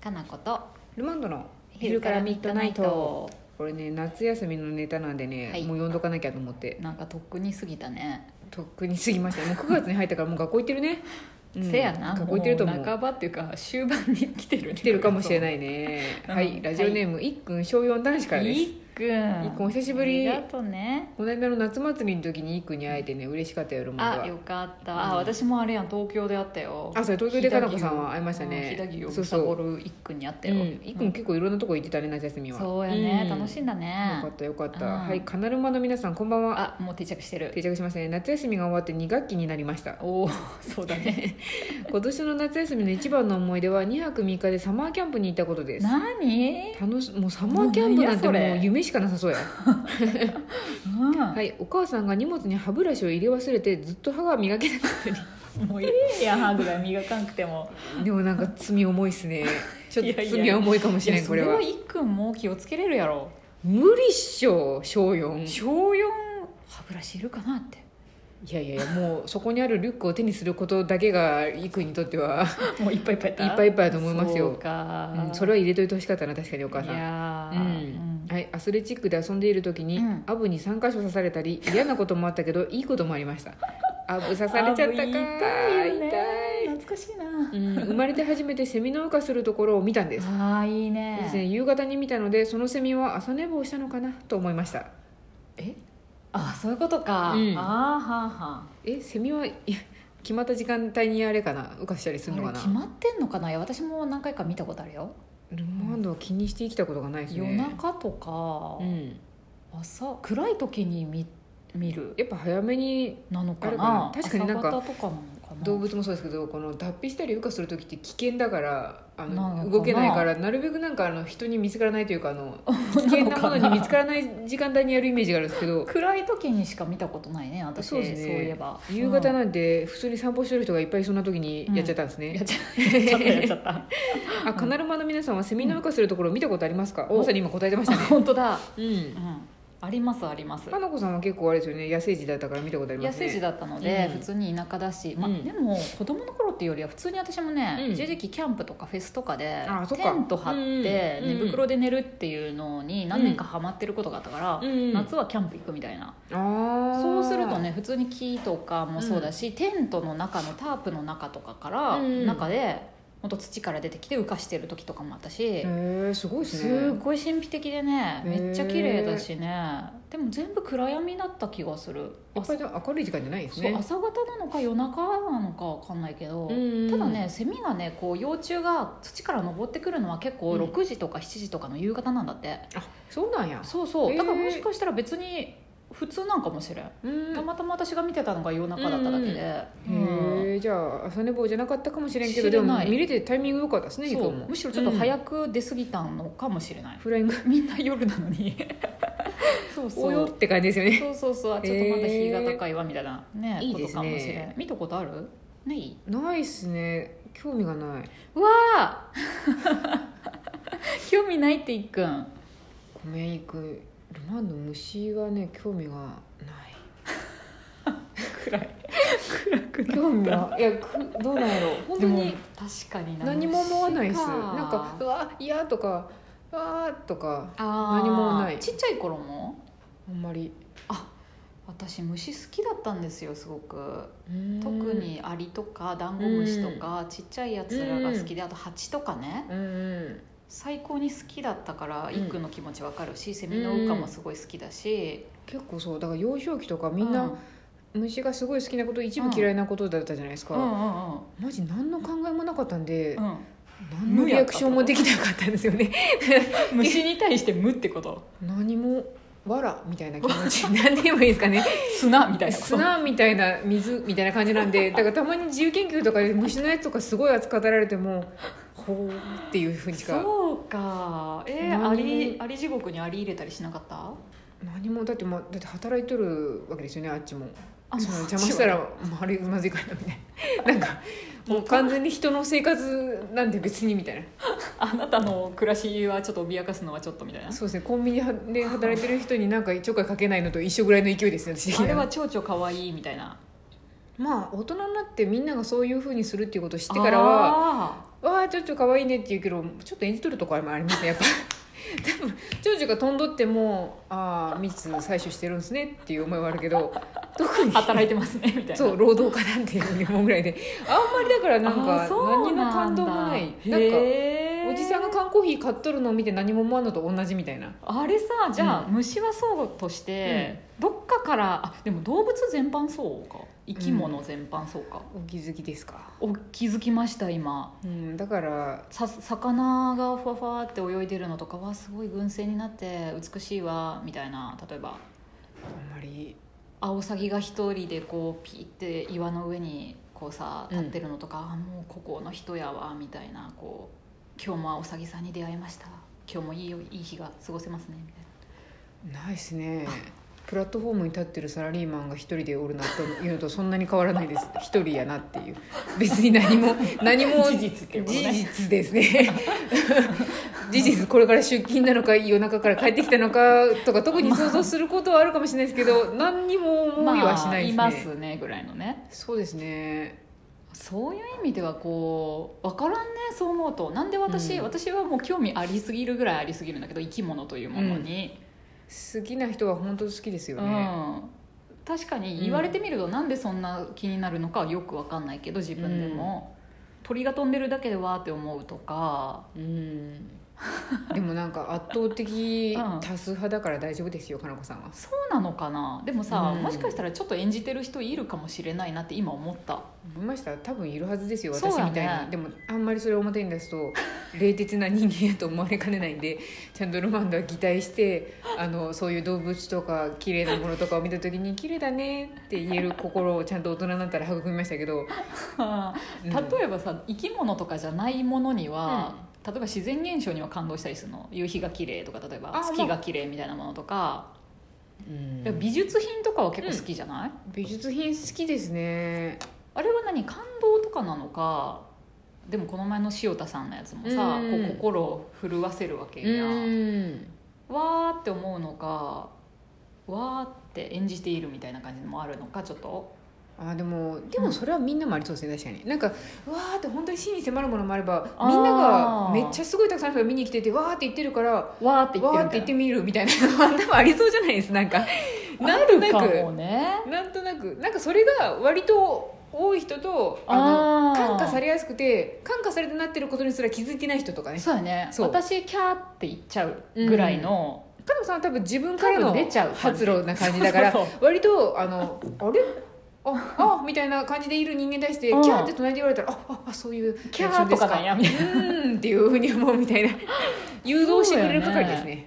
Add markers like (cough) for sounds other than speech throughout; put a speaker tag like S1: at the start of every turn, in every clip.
S1: かなこと
S2: ルマンドの
S1: 昼
S2: 昼
S1: か
S2: からら
S1: ミ
S2: ミ
S1: ッ
S2: ッ
S1: ド
S2: ド
S1: ナ
S2: ナ
S1: イ
S2: イ
S1: ト
S2: トこれね夏休みのネタなんでね、
S1: はい
S2: もう読んどかなきゃと思って
S1: なんかとっくに過ぎたね、
S2: とっくに過ぎましたもう9月に入ったからもう学校行ってるね、うん
S1: せやな
S2: 学校行ってると思
S1: も
S2: う
S1: う半ばっていうか終盤に来てる
S2: 来てるかもしれ
S1: い
S2: ないね、
S1: うん
S2: はいラジオネーム、いっくん小4男子からです
S1: いっくん
S2: いっくんお久しぶり
S1: ありがとうね
S2: この間の夏祭りの時にいっくんに会えてね嬉しかったよルマン
S1: あ
S2: ドは
S1: よかった、
S2: う
S1: あ
S2: ん
S1: 私もあれやん東京で会ったよ
S2: あそう東京でかなこさんは会いましたね
S1: 飛騨牛を
S2: そう
S1: む
S2: そ
S1: さ
S2: う
S1: ぼるいっくんに会った
S2: う
S1: よ、
S2: ん
S1: うん
S2: いっくん結構いろんなとこ行ってたね夏休みは
S1: そうやね、
S2: ん
S1: 楽しんだ
S2: よ
S1: ね
S2: かったよかった、
S1: うん
S2: はいカナルマの皆さんこんばんは
S1: あもう定着してる
S2: 定着しましたね夏休みが終わって2学期になりました
S1: おおそうだね
S2: 今年の夏休みの一番の思い出は2泊3日でサマーキャンプに行ったことです
S1: 何、
S2: 楽しもうサマーキャンプなんて
S1: もうなんやそうれ
S2: も夢しかなさそ
S1: (laughs)
S2: うや
S1: うん
S2: はいお母さんが荷物に歯ブラシを入れ忘れてずっと歯が磨けなかったり
S1: もういいやん歯ぐらい磨かんくても
S2: でもなんか罪重いっ
S1: (laughs)
S2: すねちょっ
S1: いや
S2: と
S1: いや
S2: 罪は重いかもし
S1: い
S2: れ
S1: や
S2: ん
S1: そ
S2: これ
S1: れ
S2: は
S1: はいっくんも気をつけれるやろ
S2: 無理っしょ小4
S1: 小4歯ブラシいるかな
S2: (laughs)
S1: って
S2: いやいやいやもうそこにあるリュックを手にすることだけがイクにとっては、
S1: もういっぱいいっぱいやった
S2: いっぱいいっぱいだと思いますよ
S1: そうか、
S2: うんそれは入れといてほしかったな確かにお母さん
S1: いや
S2: う
S1: ー
S2: んはい、アスレチックで遊んでいる時に、
S1: うん
S2: アブに3箇所刺された (laughs) り嫌なこともあったけどいいこともありましたアブ刺されちゃったか
S1: あもう痛いよね
S2: 痛い
S1: 懐かしいな
S2: うん、生まれて初めてセミの羽化するところを見たんです
S1: あーいい
S2: ですね
S1: ね
S2: 夕方に見たのでそのセミは朝寝坊したのかなと思いました
S1: えあそういうことか、
S2: うん
S1: あーはんはん
S2: えセミはいや決まった時間帯にあれかな羽化したりするの
S1: あ
S2: か
S1: れ
S2: な
S1: 決まってんのかないや私も何回か見たことあるよ
S2: ルマンドは気にして生きたことがないです
S1: 夜
S2: ね
S1: 中とか、
S2: うん、
S1: 朝暗い時に見見る
S2: やっぱ早めに
S1: なのか
S2: ある
S1: な
S2: かな確かになんか
S1: 朝方とかなのかな
S2: 動物もそうですけどこの脱皮したり羽化する時って危険だからあ
S1: なのか
S2: の
S1: な
S2: 動けないからなるべくなんかあの人に見つからないというかあの危険なものに見つからない時間帯にやるイメージがあるんですけど
S1: 暗い時にしか見たことないね私
S2: そ
S1: そうう,、
S2: ですね
S1: いえば
S2: 夕方
S1: の、
S2: なんて普通に散歩してる人がいっぱいいそうな時にやっちゃったんです
S1: うんや
S2: ね
S1: っ、ちゃやっちゃったやっちゃった
S2: あカナルマの皆さんはセミの羽化するところ見たことありますか、
S1: うん
S2: まさに今答えてました
S1: あ (laughs)
S2: ね
S1: 本当だ、
S2: うん
S1: うん、ありますあります
S2: 花子さんは結構あれですよね野生児だったから見たことありま
S1: 野
S2: すね
S1: 生児だったので、
S2: う
S1: 普
S2: ん
S1: 通に田舎だし、まあ
S2: うん
S1: でも子供の頃っていうよりは普通に私もね、
S2: うん
S1: 一時期キャンプとかフェスとかで
S2: あそっか
S1: テント張って
S2: うん
S1: 寝袋で寝るっていうのに何年かハマってることがあったから、
S2: うん
S1: 夏はキャンプ行くみたいな、
S2: あー
S1: そうするとね普通に木とかもそうだし、テントの中のタープの中とかから、
S2: うん
S1: 中でほんと土から出てきて浮かしてる時とかもあったし
S2: へ、ーすごいですね
S1: すごい神秘的でね
S2: へー
S1: めっちゃ綺麗だしねでも全部暗闇だった気がする
S2: いっぱいで明るい時間じゃないです
S1: そう
S2: ね
S1: 朝方なのか夜中なのかわかんないけど、
S2: うんうん
S1: ただねセミがねこう幼虫が土から登ってくるのは結構
S2: うん
S1: 6時とか7時とかの夕方なんだって、
S2: あそうなんや
S1: そうそう
S2: へえ
S1: だからもしかしたら別に普通なんかもしれん、
S2: うん
S1: たまたま私が見てたのが夜中だっただけで、うん
S2: へえじゃあ朝寝坊じゃなかったかもしれんけど
S1: 知
S2: で
S1: れない
S2: も見れてタイミング良かったですね
S1: そ
S2: こ
S1: う
S2: も
S1: むしろちょっと
S2: う
S1: 早
S2: ん
S1: く出過ぎたのかもしれない、 (laughs)
S2: フライング
S1: みんな夜なのにそうそ (laughs)
S2: お
S1: う
S2: よって感じですよね
S1: そうそうそうあちょっとまだ日が高いわみたいな、ね
S2: いいですね
S1: ことかもしれん見たことあるない
S2: ないっすね興味がないう
S1: わあ (laughs) 興味ないっていっくん
S2: ごめんいくルマンド虫がね興味がない
S1: 暗い暗くな
S2: 興味がいやくどうなんやろう本当
S1: でも
S2: に
S1: 確かに
S2: 何も思わないっす
S1: 虫
S2: なんかうわ嫌とかあーとか
S1: あー
S2: 何もない
S1: ちっちゃい頃も
S2: あんまり
S1: 私虫好きだったんですよすごく特
S2: 特
S1: にアリとかダンゴムシとかちっちゃいやつらが好きであとハチとかね
S2: うんうん
S1: 最高に好きだったから
S2: ん
S1: いっくんの気持ちわかるしセミの羽化もすごい好きだし
S2: 結構そうだから幼少期とかみんな、
S1: うん
S2: 虫がすごい好きなこと一部嫌いなことだったじゃないですか、
S1: うんうん
S2: マジ何の考えもなかったんで、
S1: うん
S2: 何のリアクションもできなかったんですよね
S1: 虫に対して無ってこと
S2: (laughs) 何も「わら」みたいな気持ち (laughs) 何て言えばいいですか (laughs) ね
S1: 砂みたいなこと
S2: 砂みたいな水みたいな感じなん (laughs) でだからたまに自由研究とかで虫のやつとかすごい扱られても (laughs) 「ほう」っていうふうにしか
S1: そうかえー、ア
S2: 何も
S1: リアリ地獄にアリ入れたりしなかった
S2: 何もだって,、ま、だって働いとるわけですよねあっちも
S1: あ
S2: その邪魔したらまるまずいかなみた (laughs) いななんかもう完全に人の生活なんで別にみたいな
S1: あなたの暮らしはちょっと脅かすのはちょっとみたいな
S2: そうですねコンビニで働いてる人になんかちょっかいかけないのと一緒ぐらいの勢いですね私的
S1: あ
S2: に
S1: れ
S2: は
S1: は蝶々かわいいみたいな
S2: まあ大人になってみんながそういうふうにするっていうことを知ってからは
S1: あ
S2: わあちょっと可愛いねって言うけどちょっと演じ取るところもありますねやっぱ多分長女が飛んどってもああ蜜採取してるんですねっていう思いはあるけど特に
S1: 働いてますねみたいな
S2: そう労働家なんていうふうに思うぐらいで (laughs) あんまりだからなん
S1: あ
S2: か
S1: そうな
S2: 何
S1: んだ
S2: の感動もないなんか
S1: へー
S2: おじさんが缶コーヒー買っとるのを見て何も思わんのと同じみたいな
S1: あれさじゃあ、虫はそうとして、どっかからあでも動物全般そうか生き物全般そうか、
S2: お気づきですか、
S1: お気づきました今
S2: うん、だから
S1: さ魚がふわふわって泳いでるのとかはすごい群生になって美しいわみたいな例えば
S2: あんまり
S1: アオサギが一人でこうピーって岩の上にこうさ
S2: うん
S1: 立ってるのとか、あもうここの人やわみたいなこう今日もアオサギさんに出会いました今日もいいよいい日が過ごせますねみたいな
S2: ないですねプラットフォームに立ってるサラリーマンが一人でおるなというのとそんなに変わらないです
S1: (laughs)
S2: 一人やなっていう別に何も何も
S1: 事実っていうことね
S2: 事実ですね (laughs) 事実これから出勤なのか夜中から帰ってきたのかとか特に想像することはあるかもしれないですけど、何にも思いはしないですね、
S1: まあ、いますねぐらいのね
S2: そうですね
S1: そういう意味ではこう分からんねそう思うとなんで私、
S2: うん
S1: 私はもう興味ありすぎるぐらいありすぎるんだけど生き物というものに、
S2: 好きな人は本当好きです
S1: う
S2: よ
S1: ん
S2: ね、
S1: 確かに言われてみると、なんでそんな気になるのかはよく分かんないけど自分でも、鳥が飛んでるだけでわーって思うとか
S2: うん、でもなんか圧倒的
S1: うん
S2: 多数派だから大丈夫ですよかなこさんは
S1: そうなのかなでもさ、
S2: うん
S1: もしかしたらちょっと演じてる人いるかもしれないなって今思った
S2: 思いました多分いるはずですよ
S1: そう
S2: 私
S1: だね
S2: みたいに、でもあんまりそれを表に出
S1: (laughs)
S2: すと冷徹な人間やと思われかねないんでちゃんとロマンドは擬態してあのそういう動物とか綺麗なものとかを見た時に綺麗だねって言える心をちゃんと大人になったら育みましたけど、うん
S1: 例えばさ生き物とかじゃないものには、例えば自然現象には感動したりするの夕日が綺麗とか例えば
S2: あ
S1: 月が綺麗みたいなものとか、
S2: うん
S1: でも美術品とかは結構好きじゃない、
S2: 美術品好きですね
S1: あれは何感動とかなのかでもこの前の塩田さんのやつもさ、
S2: うん
S1: こう心を震わせるわけ
S2: う
S1: や、
S2: ん
S1: わーって思うのかわーって演じているみたいな感じもあるのかちょっと
S2: あでもでもそれはみんなもありそうですね確かになんかわーって本当に死に迫るものもあればみんな
S1: あー
S2: がめっちゃすごいたくさんの人が見に来ててわーって言ってるから
S1: わーって言って
S2: わ
S1: るみ
S2: ーって言ったて
S1: い
S2: みるみたいなのは多分ありそうじゃな
S1: (laughs)
S2: いですなんか
S1: な
S2: なんとな
S1: あるかも
S2: く
S1: ね
S2: なんとなくなんかそれが割と多い人とあの
S1: あー
S2: 感化されやすくて感化されてなってることにすら気づいてない人とかね
S1: そうやね
S2: そう
S1: 私キャーって言っちゃうぐらいの、
S2: 加藤さんは多分自分から
S1: 多
S2: の
S1: 分出ちゃう感じ
S2: 発露な感じだから
S1: そうそうそ
S2: 割とあのあれああみたいな感じでいる人間に対してキ
S1: う
S2: ャ
S1: ん
S2: ーって隣で言われたらあああそういう
S1: キャーとかなんやみたいな
S2: リアクションですかうーんっていうふうに思うみたいな誘導してくれる係です
S1: そう
S2: ね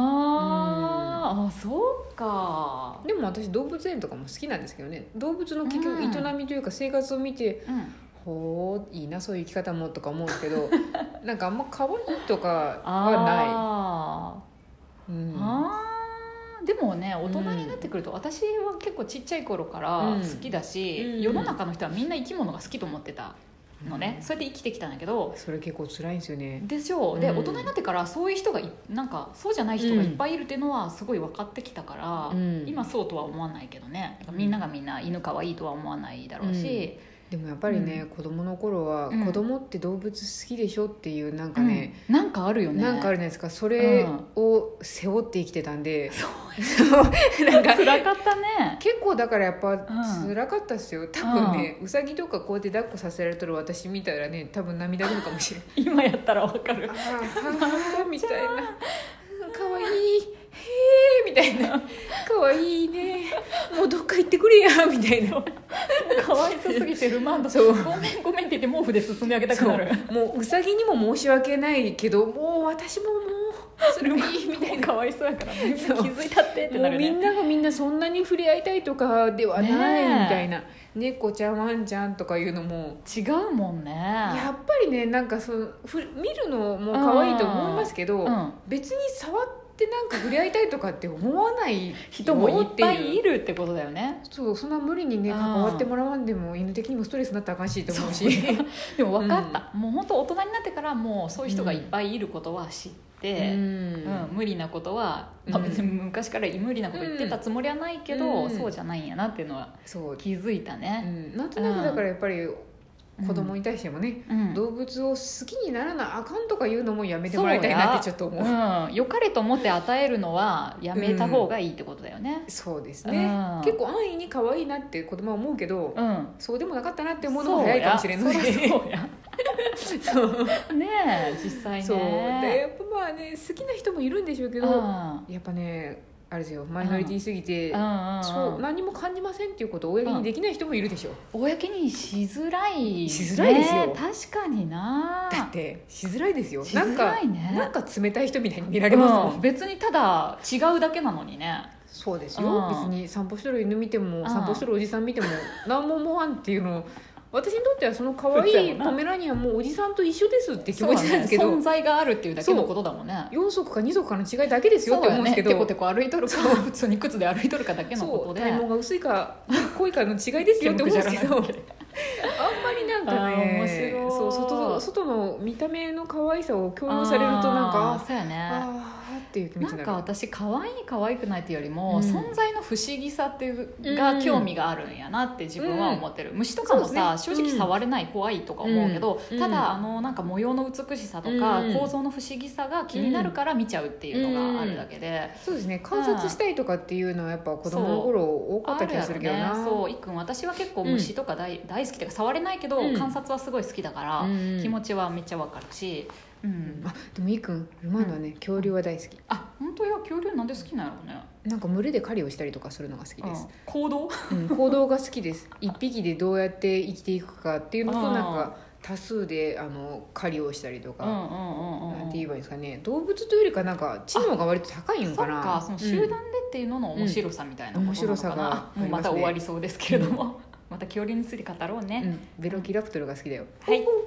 S1: あーあそうか、
S2: でも私動物園とかも好きなんですけどね動物の結局
S1: うん
S2: 営みというか生活を見て、
S1: うん、
S2: ほういいなそういう生き方もとか思うんです
S1: (laughs)
S2: けどなんかあんま可愛いとかは
S1: あ
S2: ない、うん
S1: ー、あーでもね大人になってくると、私は結構ちっちゃい頃から
S2: うん
S1: 好きだし、
S2: うん
S1: 世の中の人はみんな生き物が好きと思ってたのね、
S2: うん
S1: そうやって生きてきたんだけど
S2: それ結構辛いんですよね
S1: でしょうで、
S2: うん
S1: 大人になってからそういう人がいなんかそうじゃない人がいっぱいいるっていうのはすごい分かってきたから、
S2: うん
S1: 今そうとは思わないけどねみんながみんな犬かわいいとは思わないだろうし、
S2: でもやっぱりね、
S1: う
S2: 子供の頃は、
S1: うん
S2: 子供って動物好きでしょっていうなんか
S1: うん
S2: ね、
S1: なんかあるよね
S2: なんかあるじゃないですかそれを背負って生きてたんで、 (laughs) そうなんか
S1: 辛かったね
S2: 結構だからやっぱ
S1: ん
S2: 辛かったですよ、多分ね、うさぎとかこうやって抱っこさせられてる私見たらね多分涙ぐるかもしれない
S1: 今やったらわ
S2: (laughs)
S1: かる
S2: あーあーみたいなうんかわいいへえみたいなかわいいねもうどっか行ってくれやみたいな
S1: (laughs) かわいそうすぎてルマンド
S2: そう
S1: ごめんごめんって言って毛布で進んであげたく
S2: そ
S1: なる
S2: うもううさぎにも申し訳ないけどもう私ももうそれもいいみたい
S1: かわいそうやからみんな気
S2: そう
S1: づいたってって
S2: な
S1: な
S2: も
S1: る
S2: うみん
S1: ね
S2: ながみんなそんなに触れ合いたいとかではないみ
S1: ねえ
S2: たいな、猫ちゃんワンちゃんとかいうのも
S1: 違うもんね
S2: やっぱりねなんかそのふ見るのも可愛いと思いますけど、
S1: うん
S2: 別に触ってなんか触れ合いたいとかって思わない
S1: 人もいっぱい
S2: よ
S1: いるってことだよね
S2: っていうそうそんな無理にね
S1: うん
S2: 関わってもらわんでも犬的にもストレスになったらあかんしと思うし
S1: そう (laughs) でも分かった、もう本当大人になってからもうそういう人がいっぱいいることは知って、
S2: う
S1: うん
S2: ん
S1: 無理なことは、まあ
S2: うん
S1: 別に昔から無理なこと言ってたつもりはないけど、
S2: うん
S1: そうじゃないんやなっていうのは
S2: そう、
S1: 気づいた
S2: う
S1: ね、
S2: ん、なんとなくだからやっぱり子供に対してもね、
S1: うん
S2: 動物を好きにならなあかんとか言うのもやめてもらいたいなってちょっと思うそう
S1: うん、良かれと思って与えるのはやめた方がいいってことだよね
S2: ですね、
S1: うん
S2: 結構安易に可愛いなって子供は思うけど、
S1: うん、
S2: そうでもなかったなって思うのも早いかもしれない
S1: そうや
S2: ね
S1: そうや
S2: そう
S1: ねえ実際ね
S2: そうでやっぱまあね好きな人もいるんでしょうけ
S1: う
S2: ど、
S1: んうん
S2: やっぱねあれですよマイノリティすぎて、
S1: うんうん
S2: そう何も感じませんっていうことを公にできない人もいるでしょ、
S1: 公にしづらい、ね、
S2: しづらいですよ
S1: 確かにな
S2: だってしづらいですよ
S1: し
S2: なん
S1: づ
S2: から
S1: いね
S2: なんか冷たい人みたいに見られますもん、
S1: うん別にただ違うだけなのにね
S2: そうです
S1: う
S2: よ
S1: ん
S2: 別に散歩してる犬見ても
S1: ん
S2: 散歩してるおじさん見ても何も思わんっていうの私にとってはその可愛
S1: 普通や
S2: い
S1: もんな
S2: ポメラニアンもおじさんと一緒ですって気
S1: そう
S2: 持
S1: だ
S2: ち
S1: ね
S2: なんですけど、
S1: 存在があるっていうだけのことだもんね
S2: 4足か2足かの違いだけですよって思うんですけど
S1: そうだよねテコテコ歩いとるか普通に靴で歩いとるかだけのこ
S2: そ
S1: と
S2: う
S1: で
S2: 体毛が薄いか濃いかの違いで
S1: (laughs)
S2: すよって思うんですけどあんまりなんか
S1: あ
S2: ね
S1: ー面白い
S2: そう外外の見た目の可愛さを強要されるとなん
S1: あー
S2: か
S1: そうや
S2: あー
S1: ね
S2: あーっていう気持
S1: な
S2: ちに
S1: ん
S2: な
S1: か
S2: る
S1: 私可愛い可愛くないっていうよりも、
S2: うん
S1: 存在の不思議さっていう
S2: う
S1: が
S2: ん
S1: 興味があるんやなって自分は思ってる、虫とかもさ、
S2: そ
S1: 正
S2: うですね
S1: 直触れない、怖いとか思うけど、
S2: うん
S1: た
S2: うん
S1: だあのなんか模様の美しさとか、
S2: うん
S1: 構造の不思議さが気になるから見ちゃうっていうのがあるだけで、
S2: そうですね観察したいとかっていうのはやっぱ子供の頃多かっ
S1: あ
S2: た
S1: る
S2: 気が
S1: や
S2: す
S1: ろ
S2: るけど
S1: ね
S2: な
S1: そういっくん私は結構虫とか大,、大好きっていうか触れないけど、
S2: うん
S1: 観察はすごい好きだから、
S2: うん
S1: 気持ちはめっちゃわかるし、うん
S2: あでもいいくんルマンドはね恐竜は大好き
S1: あ本当や恐竜なんで好きなんやろうね
S2: なんか群れで狩りをしたりとかするのが好き
S1: う
S2: で
S1: ん
S2: す、
S1: 行動
S2: うん行動が好きです一匹でどうやって生きていくかっていうのと
S1: あー
S2: なんか多数であの狩りをしたりと
S1: うんうん
S2: か、
S1: うんうん
S2: なんて言えばいいんですかね動物というよりかなんか知能が割と高い
S1: そ
S2: ん
S1: っ
S2: かな
S1: かその集団でっていうのの面白さみたいなことなのか
S2: うん面白さが
S1: な、
S2: あります
S1: (laughs) も
S2: ね
S1: うまた終わりそうですけれども、また恐竜について語ろうね、
S2: うん、うんベロキラプトルが好きだよ、
S1: はい
S2: ほう